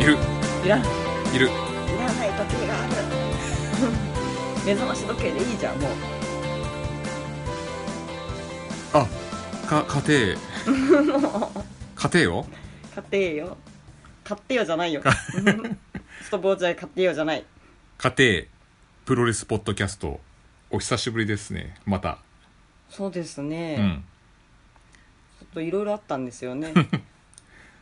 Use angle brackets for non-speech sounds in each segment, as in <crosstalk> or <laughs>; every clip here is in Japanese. いらんいらない時計があるいる目覚まし時計でいいじゃんもうあか家 <laughs> 庭家庭を買ってよ買ってよじゃないよストボージャイ買ってよじゃない家庭プロレスポッドキャストお久しぶりですねまたそうですね、うんちょっといろいろあったんですよね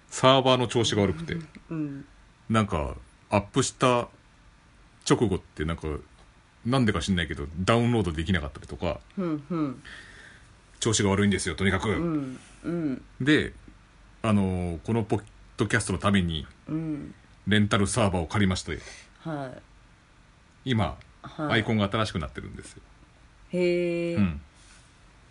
サーバーの調子が悪くてうんなんかアップした直後ってなんかなんでか知んないけどダウンロードできなかったりとかうんうん調子が悪いんですよとにかく、うんうんであのーこのポッドキャストのためにうんレンタルサーバーを借りましてはい今はいアイコンが新しくなってるんですよ、へえ、うん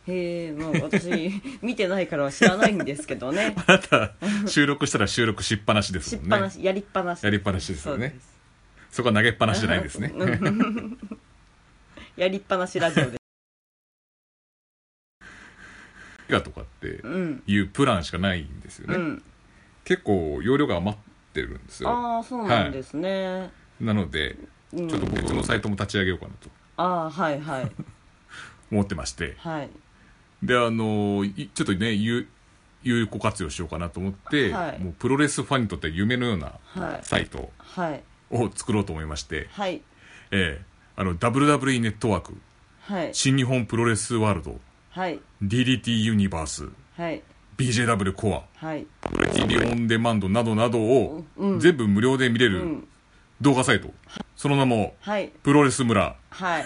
へえもう私見てないから知らないんですけどねあなた収録したら収録しっぱなしですしっもんぱねなし、やりっぱなしやりっぱなしですそようねそこは投げっぱなしじゃないですねやりっぱなしラジオでギガとかってうんいうプランしかないんですようね、ん結構容量が余ってるんですよああそうなんですね、なのでうんちょっと別のサイトも立ち上げようかなとああはいはい思ってましてはいであのいちょっとね有有効活用しようかなと思って、はいもうプロレスファンにとっては夢のようなはいサイトはいを作ろうと思いまして、はいええあの WWE ネットワークはい新日本プロレスワールドはい DDT ユニバースはい BJW コアはいプロレスオンデマンドなどなどを全部無料で見れうるん動画サイト、その名もはいプロレス村はい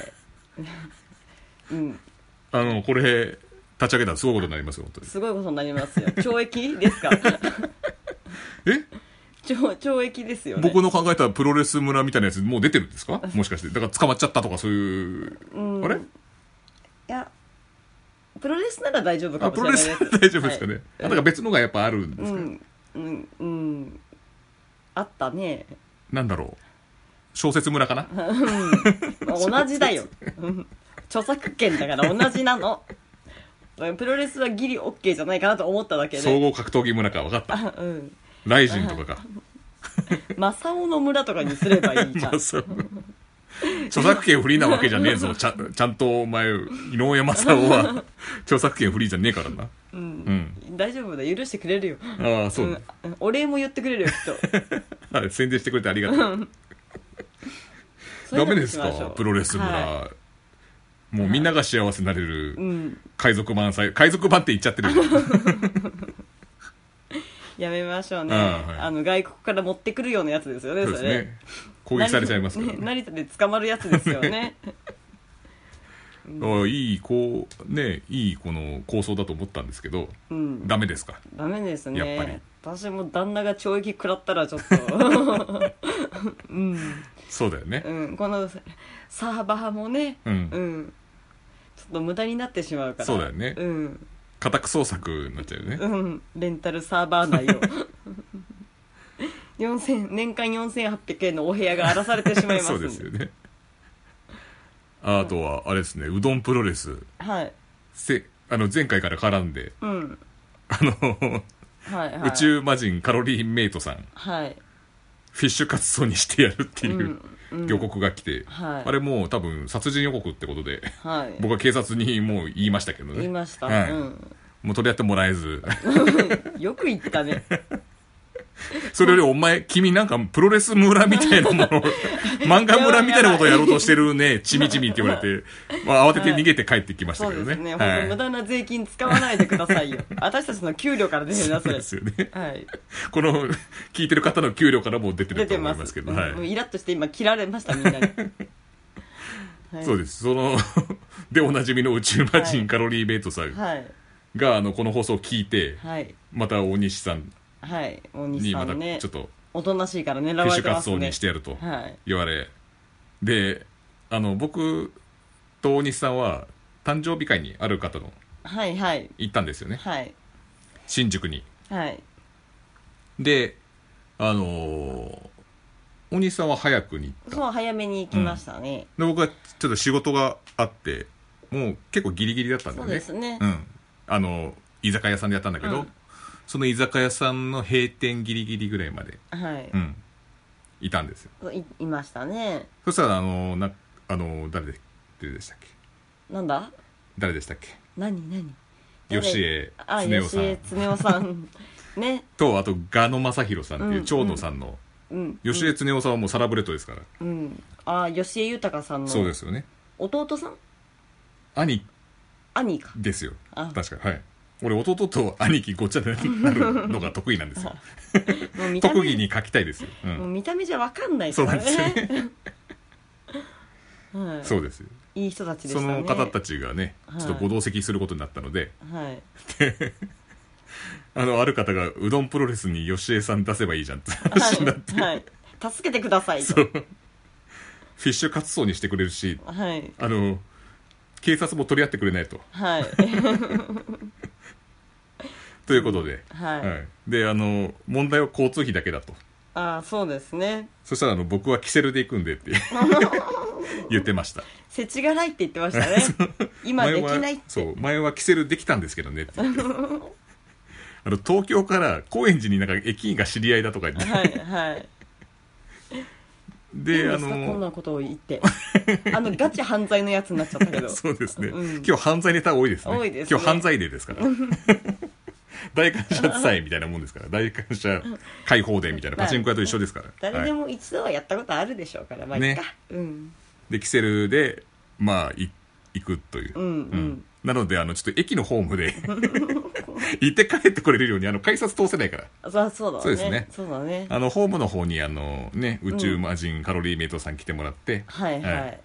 <laughs> うんあのこれ立ち上げたらすごいことになりますよ本当にすごいことになり <laughs> ますよ懲役ですかえ懲懲役ですよね僕の考えたプロレス村みたいなやつもう出てるんですかもしかしてだから捕まっちゃったとかそういう、うんあれいやプロレスなら大丈夫かあもプしロれレないですスは大丈夫ですかね、はいあなんか別のがやっぱあるんですうか、んうんうんあったねなんだろう小説村かなまあ同じだようん著作権だから同じなのプロレスはギリ OK じゃないかなと思っただけで総合格闘技村か分かったあうんライジンとかかマサオの村とかにすればいいじゃまんあそう著作権フリーなわけじゃねえぞちゃんちゃんとお前井上正 <laughs> 雄は著作権フリーじゃねえからなうん、大丈夫だ許してくれるよ、ああそうう、ん、お礼も言ってくれるよきっとはい宣伝してくれてありがとうそういダうのメにですかしましょうプロレス村、はもうみんなが幸せになれる、いうん海賊版さ海賊版って言っちゃってる <laughs> じゃんやめましょうねああはいあの外国から持ってくるようなやつですよねそうそですれね攻撃されちゃいますから、ねね成田で捕まるやつですよねあいいこうねいいこの構想だと思ったんですけどうんダメですかダメですねやっぱり私も旦那が懲役食らったらちょっとうん、そうだよねうん、このサーバーもねうんうんちょっと無駄になってしまうからそうだよねうん、家宅捜索になっちゃうよねうん、レンタルサーバー内 <laughs> を4000年間4800円のお部屋が荒らされてしまいます <laughs> そうですよねああとはあれですねうどんプロレスはいうせあの前回から絡んでうんあの、はいはい宇宙魔人カロリーメイトさんはいフィッシュカツソにしてやるっていううんうん予告が来て、はいあれもう多分殺人予告ってことではい僕は警察にもう言いましたけどね言いました、はいうん、 <laughs> もう取り合ってもらえず <laughs> よく言ったねそれよりお前君なんかプロレス村みたいなもの <laughs> 漫画村みたいなことをやろうとしてるねちみちみって言われて、まあ、慌てて逃げて帰ってきましたそうけどですねね、は本当無い駄な税金使わないでくださいよ私たちの給料から出てるなそそうれですよね <laughs> はいこの聞いてる方の給料からもう出て出るとて思まいすますけどもうはいイラッとして今切られましたみん <laughs> なに、はい、そうですその <laughs> でおなじみの宇宙魔は人いカロリーベイトさんはいが、あのこの放送を聞いてはいまた大西さんはい大に西さまたんねちょっとおとなしいから狙フィッわシれュてカまツすソねにしてやるとはい言われであの僕と大西さんは誕生日会にある方のはいはい行ったんですよねはい新宿にはいであのー大西さんは早くに行ったそう早めに行きましたね、で僕はちょっと仕事があってもう結構ギリギリだったんだそようねですね、うんあの居酒屋さんでやったんだけうど、んその居酒屋さんの閉店ギリギリぐらいまではい、うんいたんですよいいましたねそしたらあのなあの誰で誰でしたっけなんだ誰でしたっけ何何吉江あ恒夫吉さ江ん恒夫さんね <laughs> とあと賀野正弘さんっていううん長野さんの、うん吉江恒夫さんはもうサラブレッドですから、うんあ吉江豊さんのそうですよね弟さん兄兄かですよあ確かはい俺弟と兄貴ごっちゃになるのが得意なんですよもう見た目特技に書きたいですよ、う、もうん見た目じゃわかんないそかうらなんですよねね <laughs> はいそうですよいい人たちでしたそねの方たちがねはいちょっとご同席することになったので、はいあのある方がうどんプロレスに吉江さん出せばいいじゃんって <laughs> 話になってはい、はい、助けてくださいとそうフィッシュカツそうにしてくれるしはいあの警察も取り合ってくれないとはい <laughs> ということで、はい、であの問題は交通費だけだとああそうですねそしたらあの僕はキセルで行くん <laughs> でって言ってました世知辛いって言ってま <laughs> したね今できない前はそう前はキセルできたんですけどねって言ってあの東京から高円寺になんか駅員が知り合いだとか言ってはいはいでどあうすかこんのなことを言ってあのガチ犯罪のやつになっちゃったけど <laughs> そうですね、うん今日犯罪ネタ多いですね多いですね今日犯罪デーですから大感謝祭みたいなもんですから大感謝解放デーみたいなパチンコ屋と一緒ですから、誰ではい、も一度はやったことあるでしょうからまあいねっか、うんでキセルでまあい行くという、うんうんなのであのちょっと駅のホームで <laughs> 行って帰ってこれるようにあの改札通せないからあそうそうだねそうですねそうだねあのホームの方にあの、ね、宇宙魔人カロリーメイトさん来てもらって、はいはい、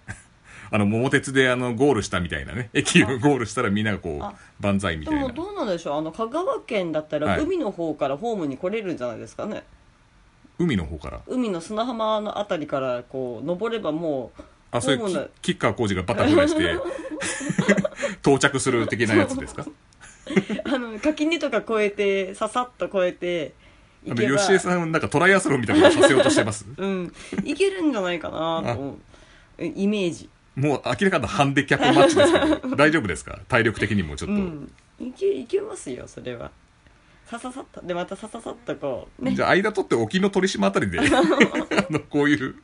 あの桃鉄であのゴールしたみたいなね駅をゴールしたらみんながこあう万歳みでたいもなどうなんでしょうあの香川県だったはらい海の方からホームに来れるんじゃないですかね、海の方から海の砂浜のあたりからこう登ればもうあそういうホームのきキッカー工事がバタフライして <laughs> 到着する的なやつですかあの垣根とか越えてささっと越えてあ行のけば吉江さんなんかトライアスロンみたいなのさせようとしてますうん行けるんじゃないかなと思うえイメージもう明らかなハンディキャップマッチです <laughs> けど大丈夫ですか体力的にもちょっうと、んいけいけますよそれはさささっとでまたさささっとこうねじゃあ間取って沖の鳥島あた <laughs> りであのこういう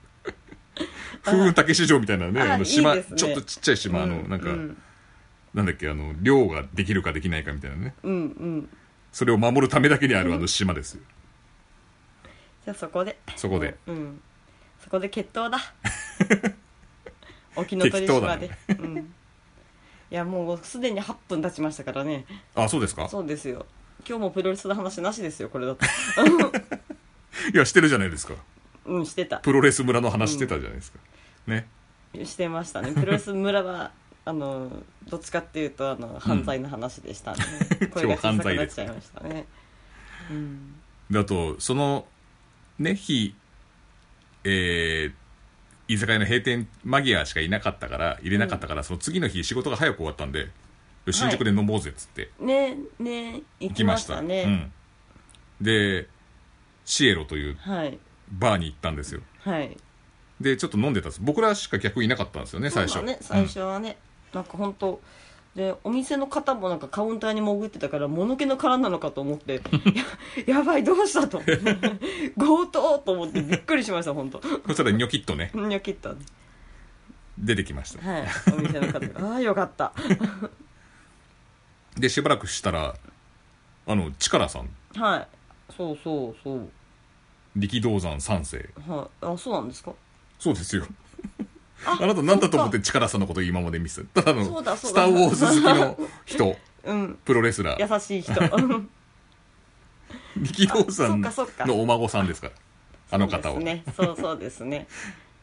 風雲竹市場みたいなねああの島いいですねちょっとちっちゃい島、あのなんか、うんなんだっけあの漁ができるかできないかみたいなねうんうんそれを守るためだけにあるあの島ですよじゃあそこでそこで、うん、そこで決闘だ <laughs> 沖ノ鳥島で、うん、いやもうすでに8分経ちましたからねあそうですかそうですよ今日もプロレスの話なしですよこれだといやしてるじゃないですかうんしてたプロレス村の話してたじゃないですか、ねしてましたねプロレス村はあのどっちかっていうとあの犯罪の話でしたね、声が小さくなっちゃいましたねうんだとそのね日えー居酒屋の閉店間際しかいなかったから入れなかったから、その次の日仕事が早く終わったんで新宿で飲もうぜっつって、ねね行行ききままししたたねうん、でシエロというはいバーに行ったんですよはいでちょっと飲んでたんです僕らしか客いなかったんですよね最初そうだね最初はね、なんか本当でお店の方もなんかカウンターに潜ってたから物気の殻なのかと思って <laughs> ややばいどうしたと <laughs> 強盗と思ってびっくりしました本当うんそしたらニョキッとねにょきったね出てきましたはいお店の方がああよかったでしばらくしたらあの力さんはいそうそうそう力道山三世はいあそうなんですかそうですよああなた何だと思って力さんのこと今まで見せたただのそうだそうスだター・ウォーズ好きの <laughs> 人うんプロレスラー優し <laughs> い人うん力道山あそっかそっかのお孫さんですからあの方そうはですねそうそうですね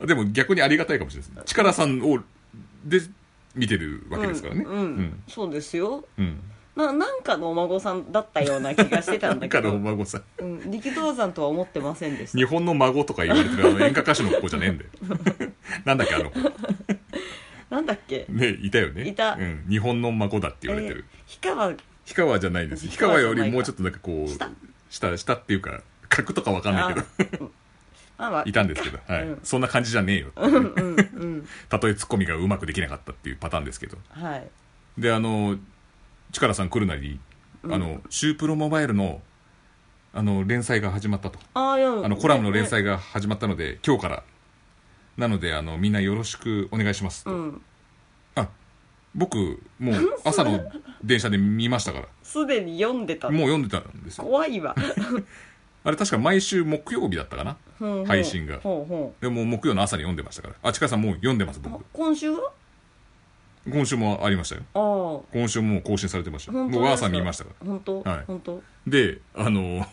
でも逆にありがたいかもしれないです力さんをで見てるわけですからねうん、うん、そうですようんうんななんかのお孫さんだったような気がしてたんだだかけらど、お孫さんうん、力道山とは思ってませんでした日本の孫とか言われてるあの演歌歌手の子じゃねえんだよ <laughs> なんだっけあの子なんだっけねいたよねいたうん、日本の孫だって言われてる、えー氷川氷川じゃないです氷氷川川じゃよないかりもうちょっとなんかこう下下下っていうか格とかわかんないけどあ、まあ、いたんですけど、はいうんそんな感じじゃねえよってうんうんうんたとえツッコミがうまくできなかったっていうパターンですけどはいであのチカラさん来るなり、あのシュープロモバイルのあの連載が始まったとああいやあのコラムの連ね載が始まったので今日からなのであのみんなよろしくお願いしますと、うんあ僕 <laughs> もう朝の電車で見ましたからすでに読んでたもう読んでたんですよ怖いわ <laughs> あれ確か毎週木曜日だったかなほうほう配信がほうほでもう木曜の朝に読んでましたからあちかさんもう読んでますうあ僕今週は今週もありましたよああ本今週もう更新されてました当僕は朝見ましたから本当はい本当であの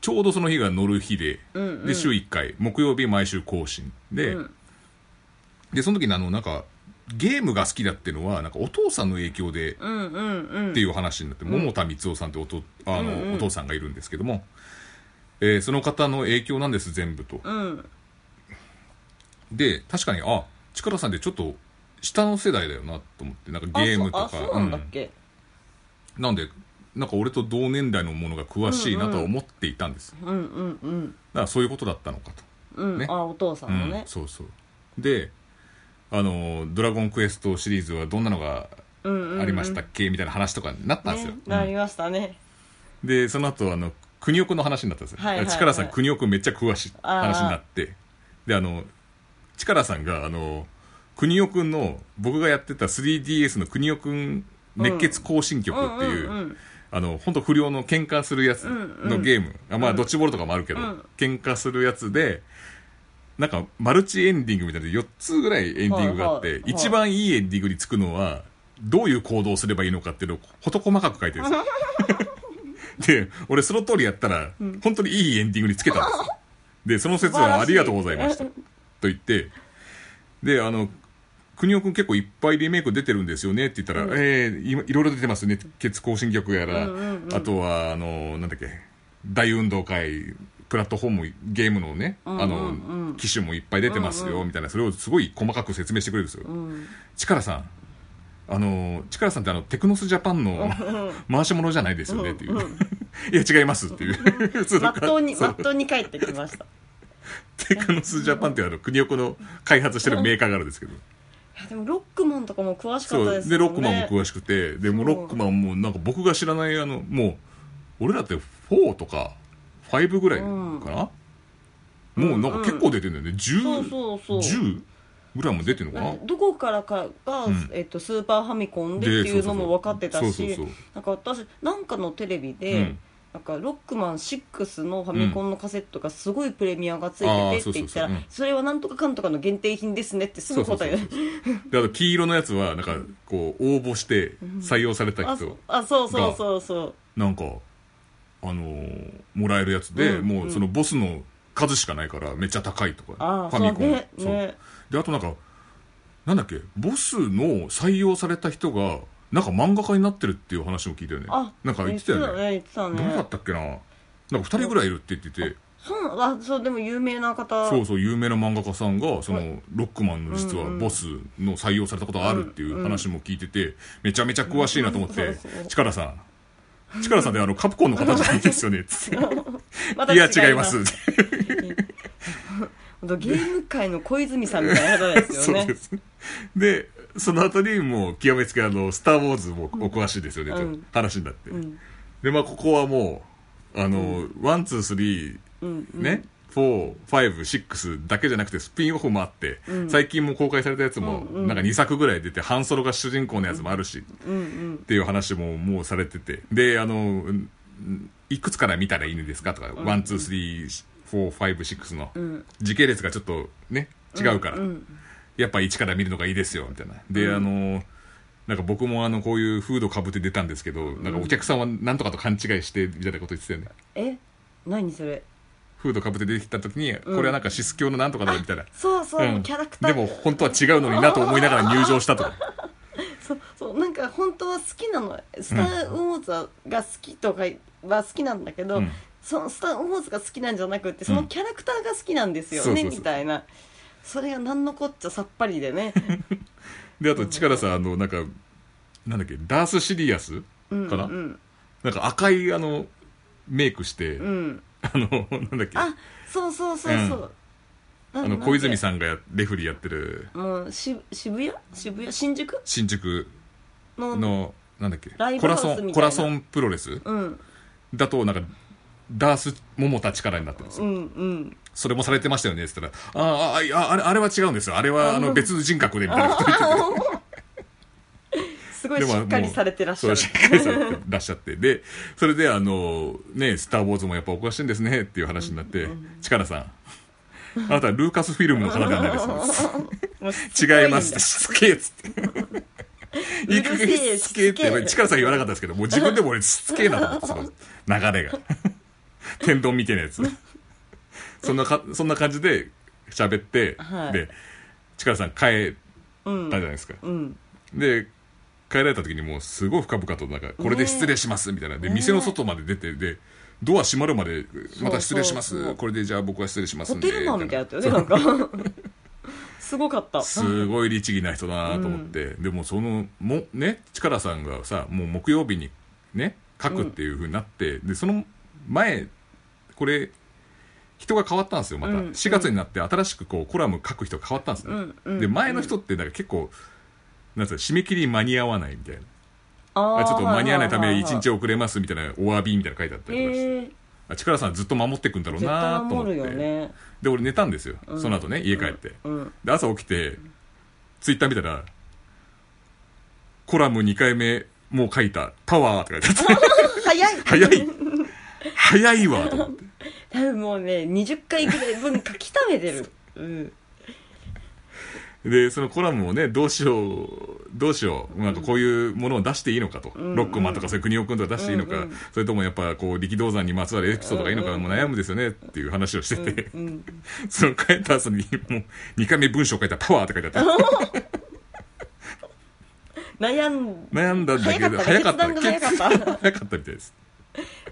ちょうどその日が乗る日で、うんうんで週1回木曜日毎週更新で、うんでその時にあのなんかゲームが好きだっていうのはなんかお父さんの影響でっうんうんうんていう話になって、桃田光夫さんっておとあの、うんうんお父さんがいるんですけども、えーその方の影響なんです全部とうんで確かにあ力さんってちょっと下の世代だよなと思ってなんかあゲームとかそあそうなんだっけうんなんでなんか俺と同年代のものが詳しいなとは思っていたんです、だうんうんうんからそういうことだったのかとうん、ねあお父さんのねうん、、そうそうであの「ドラゴンクエスト」シリーズはどんなのがうんうんうんありましたっけ、みたいな話とかになったんですよ、ね、なりましたね、うんでその後あの国尾くんの話になったんですよ、はいはいはい力さん国尾くんめっちゃ詳しいあー話になってであの力さんがあの国尾くんの僕がやってた 3DS の国尾くん熱血行進曲っていう,、うんうんうんあの本当不良の喧嘩するやつのゲーム、あまあドッジボールとかもあるけど、うん喧嘩するやつでなんかマルチエンディングみたいな4つぐらいエンディングがあって、はいはいはい一番いいエンディングにつくのはどういう行動をすればいいのかっていうのを事細かく書いてるんで <laughs> すよで俺その通りやったら、本当にいいエンディングにつけたんですよでその説はありがとうござい <laughs> ましたと言ってであの国尾君結構いっぱいリメイク出てるんですよねって言ったら、ええ今いろいろ出てますね血行進曲やら、うんうんうんあとはあのなんだっけ大運動会プラットフォームゲームのね、んうんあの機種もいっぱい出てますよ、みたいなそれをすごい細かく説明してくれるんですよ、うん、力さんあの力さんってあのテクノスジャパンの回し物じゃないですよねっていう、 <laughs> いや違いますっていう <laughs> そのまっとうにそまうっとうに帰ってきましたテクノスジャパンっていうあの国横の開発してるメーカーがあるんですけどいやでもロックマンとかも詳しかそったうですでよねロックマンも詳しくてでもうそロうックマンもなんか僕が知らないあのもう俺らって4とか5ぐらいかな、もうなんか結構出てるんだよね、そう10そうそう10ぐらいも出てるのかなどこからかが、んえっと、スーパーファミコンででっていうのも分かってたそうそうしそうなんか私なんかのテレビで、うんなんかロックマン6のファミコンのカセットがすごいプレミアがついててって言ったら、うんあーそうそそうそううんれはなんとかかんとかの限定品ですねってすぐそうそう答そえうるそうであと黄色のやつはなんかこう応募して採用されたあ人、そあそうそうそうそうなんかあのーもらえるやつで、うんもうそのボスの数しかないからめっちゃ高いとあかあファミコンねそうねであとなんかなんだっけボスの採用された人がなんか漫画家になってるっていう話を聞いたよねあなんか言ってたよね言ってたねどうだ言っったねてたっけななんか2人ぐらいいるって言っててそうあそうでも有名な方そうそう有名な漫画家さんがそのロックマンの実はボスの採用されたことがあるっていう話も聞いててめちゃめちゃ詳しいなと思っうてんそうそうチカラさんチカラさんであのカプコンの方じゃないです <laughs> よねつってまた <laughs> いや違います本当ゲーム界の小泉さんみたいな方ですよね <laughs> そうですでその後にもう極めつけあの「スター・ウォーズ」もお詳しいですよね、とうん話になって、んでまあここはもうあの、ワンツースリーうんうんね、4、5、6だけじゃなくてスピンオフもあって、最近も公開されたやつもうんうんなんか2作ぐらい出て、ハンソロが主人公のやつもあるし、うんうんっていう話ももうされててであのうんいくつから見たらいいんですかとか、ワンツースリーフォーファイブシックスのん時系列がちょっとね違うから、やっぱ1から見るのがいいですよみたいなで、あのなんか僕もあのこういうフードかぶって出たんですけど、なんかお客さんはなんとかと勘違いしてみたいなこと言ってたよねえ何それフードかぶって出てきた時に、これはなんかシス教のなんとかだみたいな、そうそう、うんキャラクターでも本当は違うのになと思いながら入場したとか <laughs> そうそうなんか本当は好きなの「スター・ウォーズ」が好きとかは好きなんだけど、うんその「スター・ウォーズ」が好きなんじゃなくてそのキャラクターが好きなんですよね、そうそうそうみたいなそれが何のこっちゃさっぱりでねであと力さんあのなんかなんだっけダースシリアスかな、うんなんか赤いあのメイクして、うんあのなんだっけああそうそうそうそう、なの小泉んさんがやレフリーやってるなんでもうし渋谷渋谷新宿新宿のの、なんだっけライブコラソハウスンみたコいなラソンプロレスうんだとなんかダース桃たちからになってるんですうよんうんそれもされてましたよねって言ったらあーあーああれあれは違うんですよあれはあの別人格でみたいなこと言っててすごいしっかりされてらっしゃるそうしっかりされてらっしゃってでそれであのね「スター・ウォーズ」もやっぱおかしいんですねっていう話になってチカラさんあなたはルーカスフィルムの方ではないですもうすご違いんだますすげえっつってうるせくえすげえっしつけてえ力さん言わなかったですけどもう自分でも俺しつけえなと思 <laughs> ってその流れが天丼みてえなやつそんなかそんな感じで喋って、はいで力さん帰うったんじゃないですか、うんで帰られた時にもうすごい深々となんかこれで失礼しますみたいなで店の外まで出てでドア閉まるまでまた失礼しまそうそうそすうこれでじゃあ僕は失礼しますホんでテルマンみたいだなったよねなんかすごかったすごい律儀な人だなと思って、でもそのもね力さんがさもう木曜日にね書くっていうふうになって、でその前これ人が変わったんですよまた、うん4月になって新しくこうコラム書く人が変わったんですね、うんうんで前の人ってなんか結構なんつうの締め切り間に合わないみたいなあ <laughs> あーちょっと間に合わないため1日は遅れますみたいなお詫びみたいなの書いてあったいはいはいりとかして、へえあ力さんずっと守ってくんだろう絶な対と思っ守てるよねで俺寝たんですよ、その後ね家帰って、うんで朝起きてツイッター見たら「コラム2回目もう書いたタワー」って書いてあって早い <laughs> 早い早いわと思って多分もうね20回ぐらい分書き溜めてるうんでそのコラムをねどうしようどうしようなんかこういうものを出していいのかと、んロックマンとかそういう国尾君とか出していいのか、うんうんそれともやっぱこう力道山にまつわるエピソードがいいのか、うんうんもう悩むんですよねっていう話をしてて、うん <laughs> その書いた後にもう2回目文章書いたら「パワー」って書いてあった悩ん悩んだんだけど早かったね早か決断が早かった <laughs> 早かったみたいです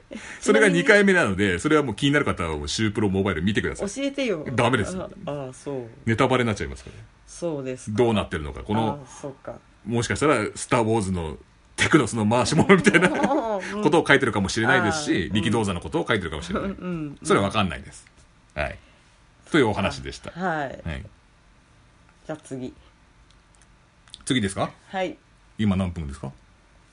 <laughs> それが2回目なのでそれはもう気になる方はもうシュープロモバイル見てくださ教いえてよダメですあああそうネタバレになっちゃいますからねそうですかどうなってるのかこのあそうかもしかしたら「スター・ウォーズ」のテクノスの回し物みたい <laughs> なうんことを書いてるかもしれないですあーしうん力道山のことを書いてるかもしれないうんそれは分かんないですはいというお話でした、はいはい、じゃあ次次ですかはい今何分ですか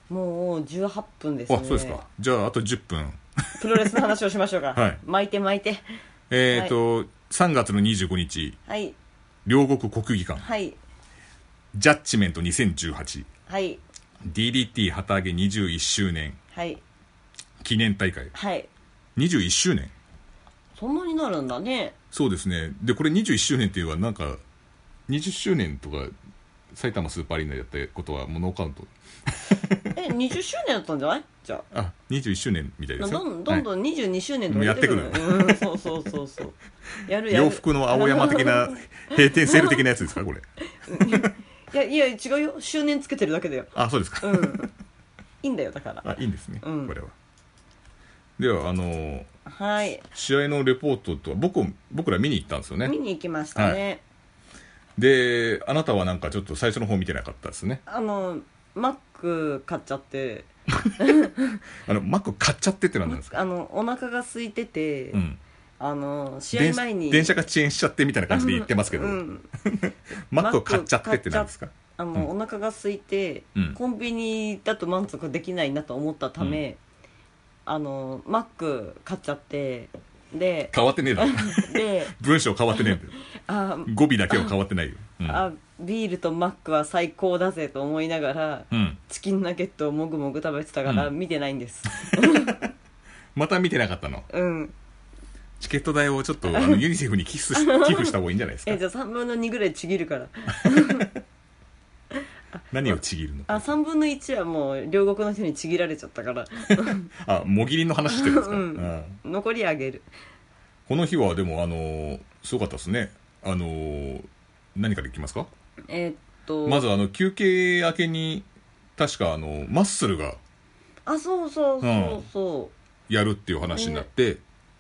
もう18分ですねあそうですかじゃああと10分プロレスの話をしましょうか <laughs> はい巻いて巻いてえっ、と、3月の25日はい両国国技館はいジャッジメント 2018DDT はい旗揚げ21周年はい記念大会はい21周年そんなになるんだねそうですねでこれ21周年っていうのはなんか20周年とか埼玉スーパーアリーナでやったことはもうノーカウントえ20周年だったんじゃないじゃああ21周年みたいですよどんどんはいどん22周年とかもうやってうんそうそうそうそうやるやる洋服の青山 <laughs> 的な閉店セール的なやつですかこれいやいや違うよ周年つけてるだけだよあそうですか、うんいいんだよだからあいいんですね、うんこれはではあのーはい試合のレポートとは僕僕ら見に行ったんですよね見に行きましたね、であなたはなんかちょっと最初の方見てなかったですねあのマック買っちゃってあのマック買っちゃってってのはマ何でッすクか、あのお腹が空いてて、うん、あの試電合前に電車が遅延しちゃってみたいな感じで言ってますけど、うん、マックを買っちゃってって何ですかあの、お腹が空いて、うんコンビニだと満足できないなと思ったため、あのマック買っちゃって <laughs> で変わってねえだろで文章変わってねえんだよあ、語尾だけは変わってないよ、うんあビールとマックは最高だぜと思いながら、うんチキンナゲットをもぐもぐ食べてたからう見てないん <laughs> ですまた見てなかったのうんチケット代をちょっとあのユニセフに寄付し寄付した方がいいんじゃないですえかじゃあ3分の2ぐらいちぎるから何をちぎるのあ3分の1はもう両国の人にちぎられちゃったからあもぎりの話してるんですか、うんうん残りあげるこの日はでもあのーすごかったですねあのー何からいきますかえーっとまずあの休憩明けに確かあのマッスルがあそうそうそうそう、やるっていう話になって、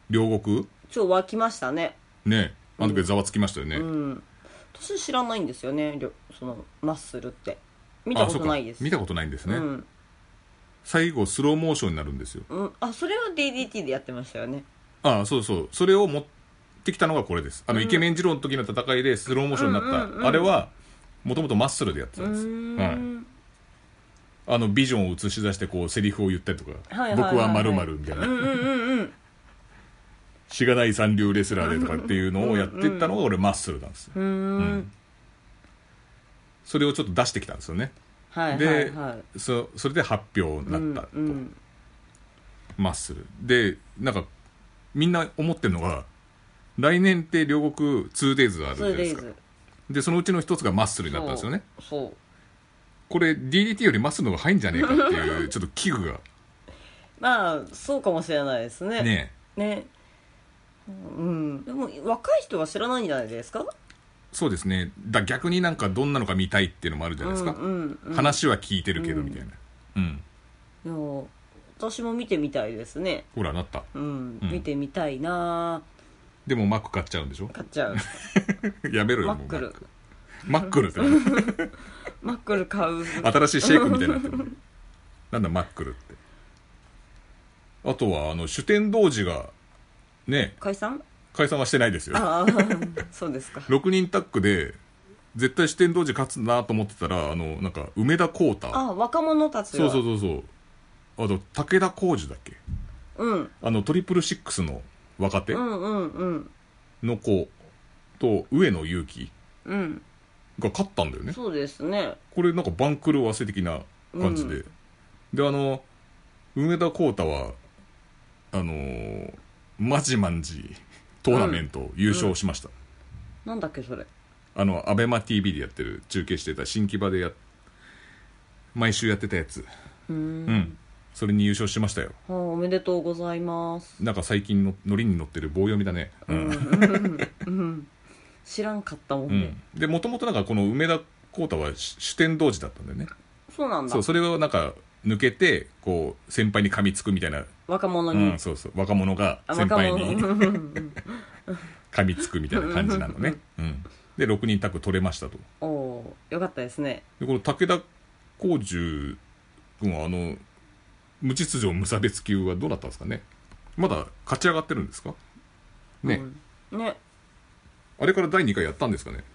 両国超沸きましたねねあの時ざわつきましたよね、うん私知らないんですよねりょそのマッスルって見たことないであすそうか見たことないんですね、うん最後スローモーションになるんですようん、あそれは DDT でやってましたよねああそうそうそれを持ってきたのがこれですあの、うんイケメン二郎の時の戦いでスローモーションになった、うんうんうんあれはもともとマッスルでやってたうーんです、はい、んあのビジョンを映し出してこうセリフを言ったりとか「はいはいはいはい僕はまるみたいなうんうんうんうん「しがない三流レスラーで」とかっていうのをやっていったのが俺マッスルなんですようーんそれをちょっと出してきたんですよねはいはいではいそそれで発表になったと、うんうんマッスルでなんかみんな思ってるのが来年って両国 2days あるじゃないですか 2days でそのうちの一つがマッスルになったんですよねそうこれ DDT よりマッスルの方が早いんじゃねえかっていうちょっと危惧がまあそうかもしれないですねねねうんでも若い人は知らないんじゃないですかそうですねだ逆になんかどんなのか見たいっていうのもあるじゃないですか、うんうん、うん、話は聞いてるけどみたいなうん、いや私も見てみたいですねほらなったうん、うん見てみたいなでもマック買っちゃうんでしょ買っ <laughs> ちゃうやめろよマもッうクルマックルってなんだマックル <laughs> 買う新しいシェイクみたいになってるなんだマックルってあとはあの主典童子がね解 <laughs> 散解散はしてないですよああ <laughs> そうですか6人タッグで絶対主典童子勝つなと思ってたらあのなんか梅田浩太あ若者たちそうはそうそうそうあと武田浩二だっけうん、あのトリプルシックスの若手うんうんうんの子と上野勇樹うんが勝ったんだよねそうですねこれなんか番狂わせ的な感じで、うんであの梅田浩太はあのーマジマンジトーナメント優勝しました、なんだっけそれあのアベマ t v でやってる中継してた新木場でや毎週やってたやつうー、うんんそれに優勝しましたよはあ、おめでとうございますなんか最近のノリに乗ってる棒読みだねうん、知らんかったもんうね、ん、でもともとなんかこの梅田浩太は主主典同時だったんだよねそうなんだそうそれをなんか抜けてこう先輩に噛みつくみたいな若者うに、ん、そうそう若者があ先輩に若噛みつくみたいな感じなのね、うん、で6人タッグ取れましたとお <laughs> おーよかったですねでこの武田浩二君はあの無秩序無差別級はどうだったんですかねまだ勝ち上がってるんですかね、うんねあれから第2回やったんですかね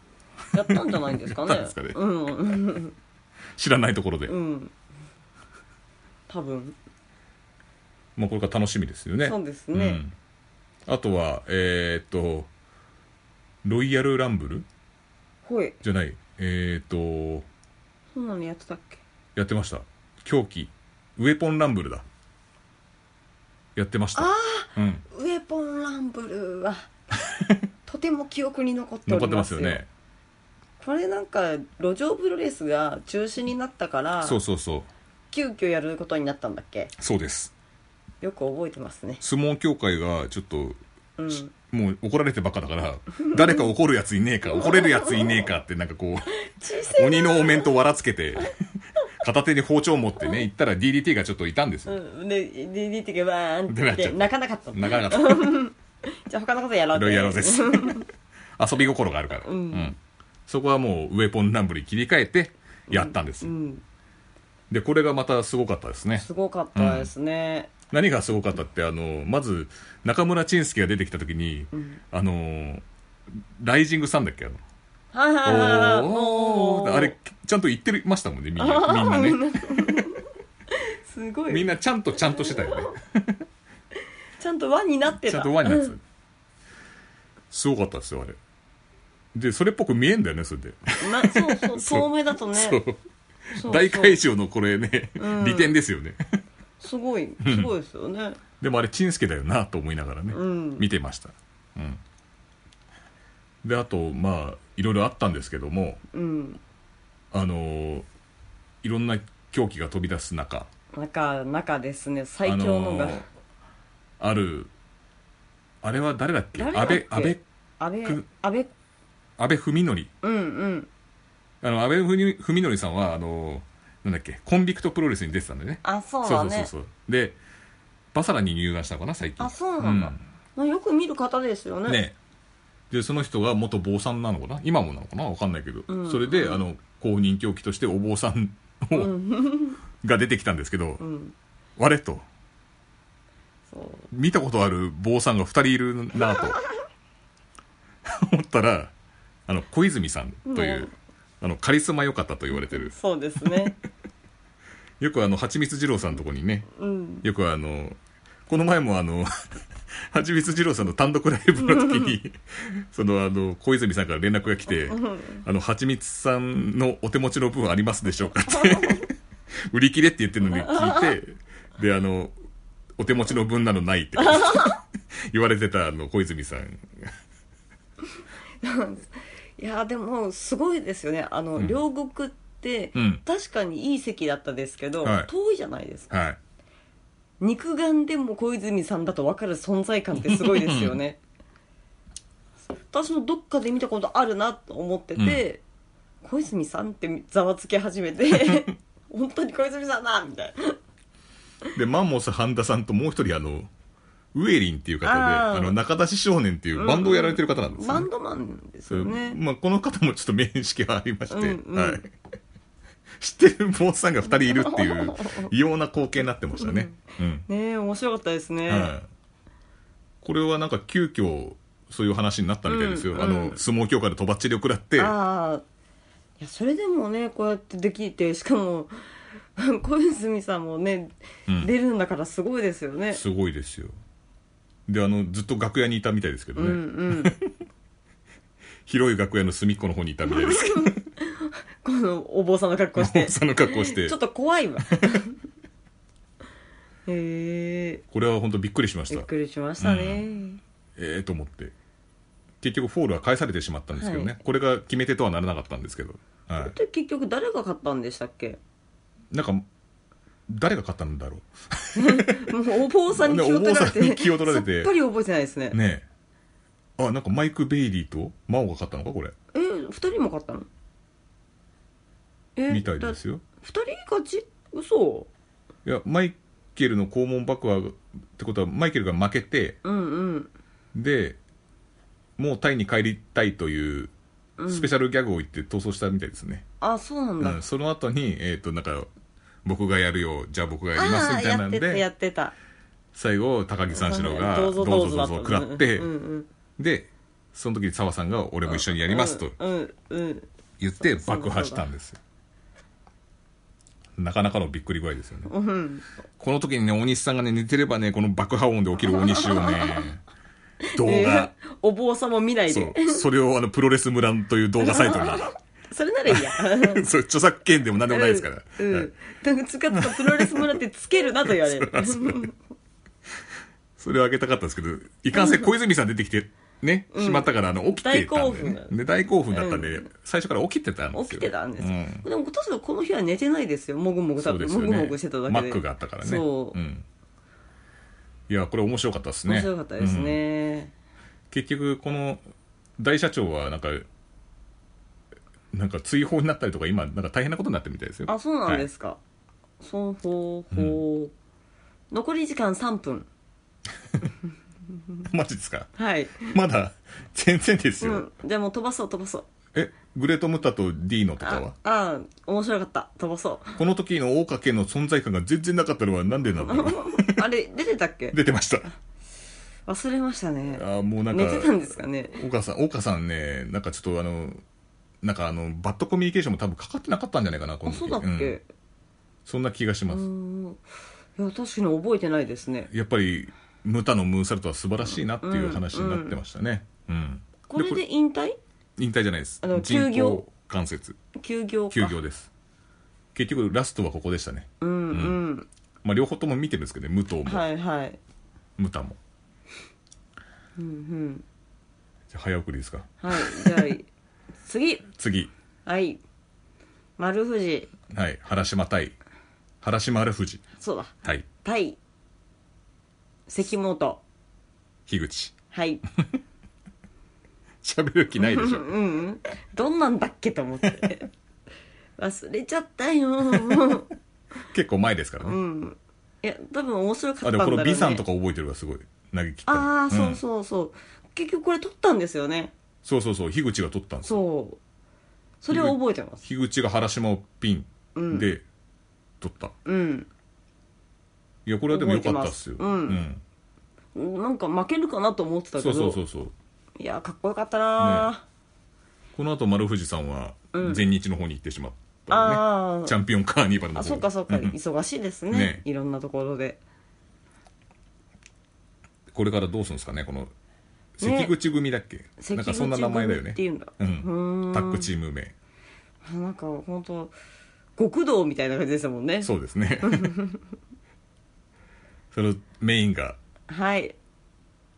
やったんじゃないんです <laughs> かねやったんですかねうんうん知らないところで、うん多分まあ、これから楽しみですよねそうですねんあとはえーっとロイヤルランブルほいじゃないえーっとそんなのやってたっけやってました狂気ウェポンランブルだやってましたうん、ウェポンランブル <laughs> はとても記憶に残っており残ってまますすよよねこれなんか路上プロレスが中止になったからそうそうそう急遽やることになったんだっけそうですよく覚えてますね相撲協会がちょっとうんもう怒られてばっかだから誰か怒るやついねえ <laughs> か怒れるやついねえかってなんかこ小さう鬼のお面とわらつけて片手に包丁持ってね行ったら DDT がちょっといたんですよ、うんで DDT がバーンってってなっちゃった泣かなかったのなかなかった <laughs> じゃあ他のことやろうロイヤルです遊び心があるから、んそこはもうウェポンランブルに切り替えてやったんですうよ、んでこれがまたすごかったですねすごかったですね何がすごかったってあのまず中村珍介が出てきた時に、あのライジングさんだっけあのはいはいはいはいおーあれちゃんと言ってましたもんねみんなみんなね <laughs> すごみいんなちゃんとちゃんとしてたよねちゃんと輪になってたちゃんと輪 <laughs> になってたすごかったですよあれでそれっぽく見えんだよねそれで、なそうそう透明だとね <laughs> そうそう大そう会場のこれね、ん利点ですよねすごいすごいですよねでもあれ珍介だよなと思いながらね、うん見てました、うん、であとまあいろいろあったんですけどもうんあのーいろんな狂気が飛び出す中中中ですね最強のあがのーあるあれは誰だっけ誰だ安っけ倍安倍安倍く安倍安倍文則うんうんあの安倍文文則さんはあのーなんだっけコンビクトプロレスに出てたんだよねあそうだねそうそうそうでバサラに入団したのかな最近あそうなんだ、まあよく見る方ですようんねねでその人が元坊さんなのかな今もなのかなわかんないけど、うんそれであの公認狂気としてお坊さんを、 <laughs> が出てきたんですけど、うんあれとそう見たことある坊さんが2人いるなと <laughs> 思ったらあの小泉さんという、うん <laughs> あのカリスマよかったと言われてるそうですねよくあの、蜂蜜二郎さんのとこにね、うんよくあの、この前もあの、 <laughs> はちみつ二郎さんの単独ライブの時に、そのあの、小泉さんから連絡が来て、あの、はちみつさんのお手持ちの分ありますでしょうかって、 <laughs> 売り切れって言ってるのに聞いて、で、あの、お手持ちの分なのないって <laughs> 言われてたあの、小泉さん。いやでもすごいですよねあの、ん両国って、うん確かにいい席だったですけど、はい遠いじゃないですかはい。肉眼でも小泉さんだと分かる存在感ってすごいですよね <laughs> 私もどっかで見たことあるなと思ってて、小泉さんってざわつき始め <laughs> て本当に小泉さんだみたいなで、マンモス半田さんともう一人あの、ウエリンっていう方で、ああーの、中出し少年っていうバンドをやられてる方なんですよバねン。ドマンですそうよねまあ、この方もちょっと面識はありまして、うんうんはい、 <laughs> 知ってる坊さんが2人いるっていう異様な光景になってましたね、うんねえ面白かったですね、はい、これはなんか急遽そういう話になったみたいですよ、うんあうのん相撲協会のとばっちりを食らってああいやそれでもねこうやってできてしかも <laughs> 小泉さんもね、うん出るんだからすごいですよねすごいですよであのずっと楽屋にいたみたいですけどうね、んうん広い楽屋の隅っこの方にいたみたいですけどこのお坊さんの格好し坊てさんの格好してちょっと怖 <laughs> いわへえこれは本当びっくりしましびたっくりしましたね、ええと思って結局フォールは返されてしまったんですけどね、はいこれが決め手とはならなかったんですけど、はい、で結局誰が勝ったんでしたっけなんか、誰が勝ったんだろもうお坊さんに気を取られねお坊さんてに気を取られてさっぱり覚えてないですねう。ねえ。あ、なんかマイク・ベイリーとマオが勝ったのか、これ。え二人も勝ったのえみたいですよよ。二人勝ち嘘いや、マイケルの肛門爆破ってことは、マイケルが負けて、うんうんで、もうタイに帰りたいという、スペシャルギャグを言って逃走したみたいですね。あそうなんうだ、ん、その後に、えっ、と、なんか、僕がやるよ、じゃあ僕がやりまあすあみたいなやっんてたやで、ってた最後、高木三四郎が、どうどうぞぞどどううぞぞだ食らってう、んで、その時に澤さんが、俺も一緒にやうん、りますと。うんうん言って爆破したんですよなかなかのびっくり具合ですよねうんうんこの時にね大西さんがね寝てればねこの爆破音で起きる大西を <laughs> ね動画ね、お坊さんも見ないそでうそれをあのプロレス村という動画サイト <laughs> それならいいやにそう著作権でも何でもないですから、うん、うはいん、なんかつかつかプロレス村ってつけるなと言われ <laughs> るそれをあげたかったんですけどいかんせん小泉さん出てきてね、しまったからあの起きてたん大で、興奮ねだ、で大興奮だったんで、最初から起きてたんです起よきてたんですよ、うんでも確かこの日は寝てないですよもぐもぐ多そうで分すもよぐねもぐしてただけでマックがあったからねそう、ん、いやこれ面白かったですね面白かったですね、結局この大社長はなんかなんか追放になったりとか今なんか大変なことになってるみたいですよあそうなんですか、そうほうほう、残り時間3分はい <laughs> マジですかはい、まだ全然ですうよ、ん、じゃあもう飛ばそう飛ばそうえグレートムタとディーノとかあはあー面白かった飛ばそう <laughs> この時の大掛けの存在感が全然なかったのはなんでなの <laughs> あれ出てたっけ出てました忘れましたねあーもうなんか寝てたんですかね岡さん岡さんねなんかちょっとあのなんかあのバッドコミュニケーションも多分かかってなかったんじゃないかなこあのそ時うだっうんけ、そんな気がします、うん、いや確かに覚えてないですねやっぱりムタのムーンサルトは素晴らしいなっていう話になってましたね、うんこれで引退引退じゃないですあの人休業工関節休業か休業です結局ラストはここでしたね、うんうん、まあ、両方とも見てるんですけどね武藤も、はいはいムタも、じゃあ早送りですかはいじゃあ <laughs> 次次はい丸藤はい原島対原島ある富士そうだ対対関本樋口はい喋る気ないでしょ <laughs> どんなんだっけと思って <laughs> 忘れちゃったよ <laughs> 結構前ですからね、いや多分面白かったあんでだもろこう、ね、の B さんとか覚えてるわすごい投げ切ったのああ、んそうそうそう結局これ取ったんですよねそうそうそう樋口が取ったんですよそうそれを覚えてます樋口が原島をピンで取った、うんいやこれはでも良かったっすよ覚えてまなんか負けるかなと思ってたうん、けそどうそうそうそういやかっこよかったなこの後丸藤さんは全日の方に行ってしまっっていうねあーチャンピオンカーニバルのあ方そうかそうか、ん忙しいですねねいろんなところでこれからどうするんですかねこの関口組だっけ、なんかそんな名前だよ関口組ねっていうんだううーんんタッグチーム名あなんか本当極道みたいな感じでしたもんねそうです <laughs> ねそのメインがはい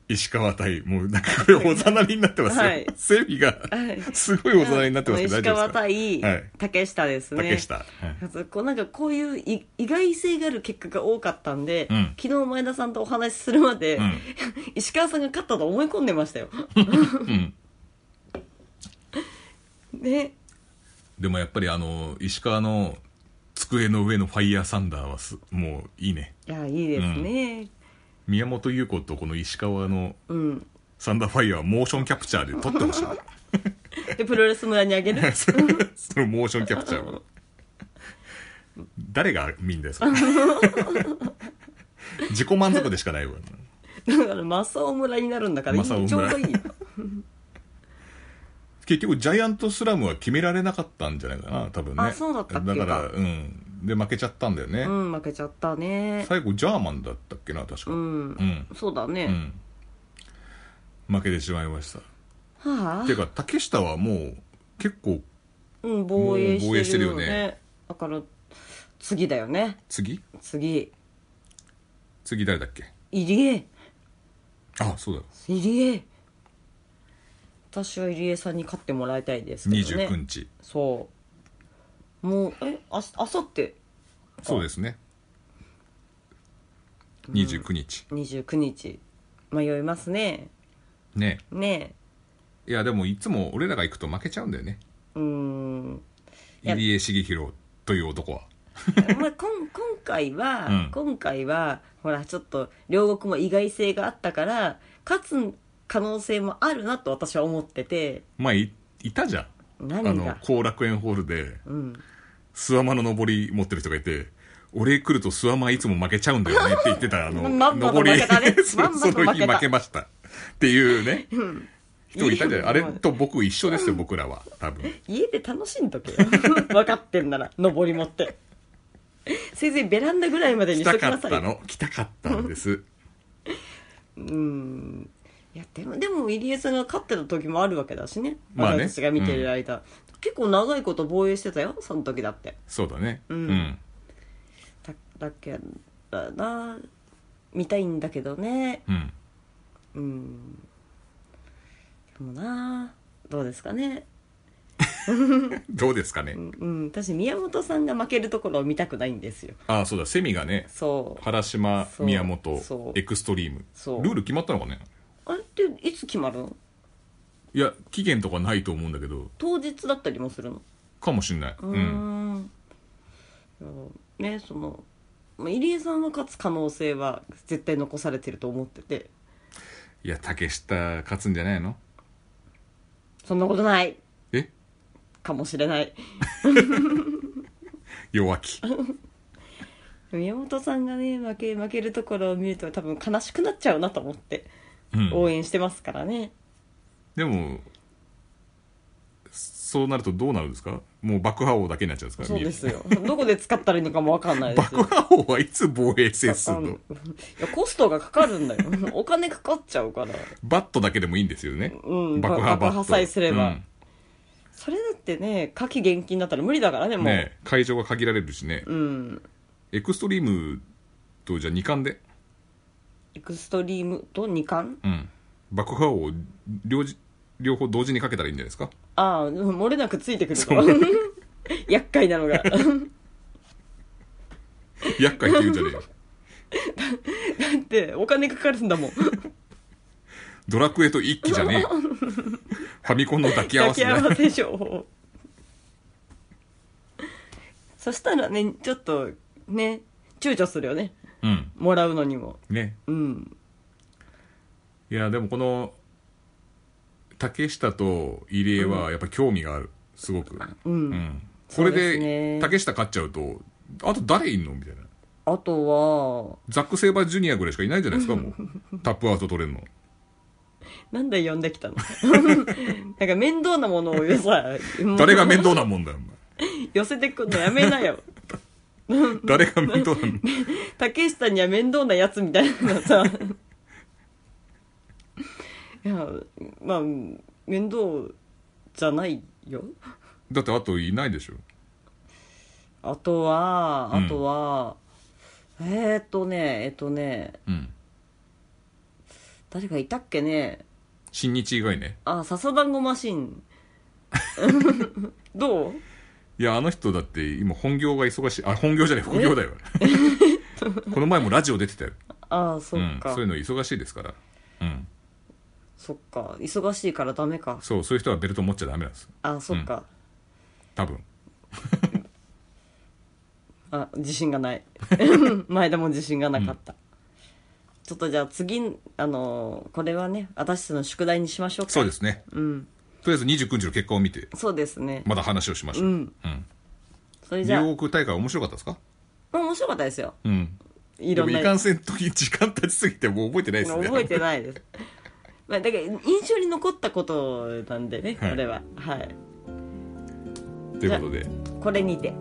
石川対もうなんかこれおざなりになってますよ、はい整備がはいすごいおざなりになってますけど石大丈夫です川か対はい竹下ですね、竹下、はいあとこうなんかこういうい意外性がある結果が多かったんで、うん昨日前田さんとお話しするまで、うん <laughs> 石川さんが勝ったと思い込んでましたよ。うん <laughs> ね、でもやっぱりあの石川の机の上のファイヤーサンダーはすもういいねいやいいですね。宮本優子とこの石川のうん、サンダーファイヤーはモーションキャプチャーで撮って <laughs> ほしいでプロレス村にあげるそのモーションキャプチ <laughs> ャーは誰が見んだよそれ自己満足でしかないわだからマサオ村になるんだからいいち正雄ょう村どいいよ。結局ジャイアントスラムは決められなかったんじゃないかな多分ねあそうだったっけだからうんで負けちゃったんだよね、うん負けちゃったね。最後ジャーマンだったっけな確かうんうん、そうだうね。ん負けてしまいましたはていうか竹下はもう結構あ、うん防衛もう防衛ししててるるよよねね。だから次だよね。次次次誰だっけ入江あそうだ入江。私は入江さんに勝ってもらいたいですけどね。 29日そうもうえああさってそうですね29日、 29日迷いますねねねいやでもいつも俺らが行くと負けちゃうんだよねえうーんいや入江茂弘という男は <laughs> まあ、こん今回は、うん今回はほらちょっと両国も意外性があったから勝つ可能性もあるなと私は思ってて前いいたじゃんあ何のが後楽園ホールでうん諏訪間の上り持ってる人がいて俺来ると諏訪間いつも負けちゃうん <laughs> だよねって言ってたあのまんまと上り負けたねそまんまと <laughs> その負日けた負けましたっていうね人いたじゃんあれいいよと僕一緒ですよ僕らは多分家で楽しんどけ <laughs> よ分かってんなら登り持ってせいぜいベランダぐらいまでにし来とたきかなっさいたの来たかったんですうんいやでもでも入江さんが勝ってた時もあるわけだしね,、まあね私が見てる間、結構長いこと防衛してたよその時だってそうだねうんだだけだな見たいんだけどねうん、うんうんでもなどうですかねどうですかね、うん、うん、私宮本さんが負けるところを見たくないんですよああそうだセミがねそう原島そう宮本そうエクストリームそうルール決まったのかねあれっていつ決まるのいや期限とかないと思うんだけど当日だったりもするのかもしんない、うーん、ねそのまあ入江さんは勝つ可能性は絶対残されてると思ってていや竹下勝つんじゃないのそんなことないえかもしれない弱気宮本さんがね負け負けるところを見ると多分悲しくなっちゃうなと思ってうん応援してますからね、でもそうなるとどうなるんですかもう爆破王だけになっちゃうんですかそうですよどこで使ったらいいのかも分かんないです爆よ破王はいつ防衛戦すあ <laughs> るのいのやコストがかかるんだよ <laughs> お金かかっちゃうからバットだけでもいいんですよね、うん爆破バット爆破さえすればうんそれだってね夏季現金だったら無理だからねもうねえ会場が限られるしね、うんエクストリームとじゃあ2冠で、エクストリームと2冠うん、爆破王を両じ両方同時にかけたらいいんじゃない <laughs> ですかああうん漏れなくついてくるから <laughs> 厄介なのが <laughs> 厄介って言うんじゃねえよでお金かかるんだもんドラクエと一気じ <laughs> ゃねえよファミコンの抱き合わ抱きせ合だわせ情報そしたらねちょっとね躊躇するよねうんもらうのにもねうんいやでもこの竹下と入江はやっぱ興味があるすごく、う、うんん、こそうれですねで竹下勝っちゃうとあと誰いんのみたいなあとザック・セイバージュニアぐらいしかいないじゃないですかも <laughs> うタップアウト取れるのは <laughs> なんで呼んできたのなんか面倒なものをさ <laughs> 誰が面倒なもんだよお前寄せてくんのやめな <laughs> よ誰が面倒な <laughs> の竹下には面倒なやつみたいなのがさ <laughs> いやまあ面倒じゃないよだってあといないでしょあとはうんあとは、えー、っとねえっとねうん誰かいたっけね新日以外ねあ笹団子マシン <laughs> どういやあの人だって今本業が忙しいあ本業じゃない副業だよ <laughs> この前もラジオ出てたよ、ああそうんっ、か、そういうの忙しいですから、うん、そっか忙しいからダメかそうそういう人はベルト持っちゃダメなんですあそっか、多分あ自信がない <laughs> 前田も自信がなかった、ちょっとじゃあ次あのーこれはね私たちの宿題にしましょうかそうですすねうんとりあえず29日の結果を見てそうですね、まだ話をしましょうう、んうん、それニじュゃーあヨーク大会面白かったですかまあ面白かったですようんいでろもんいなかんせん時時間経ちすぎてもう覚えてないですね覚えてないですまあだから印象に残ったことなんでね、はいこれははいということでこれにて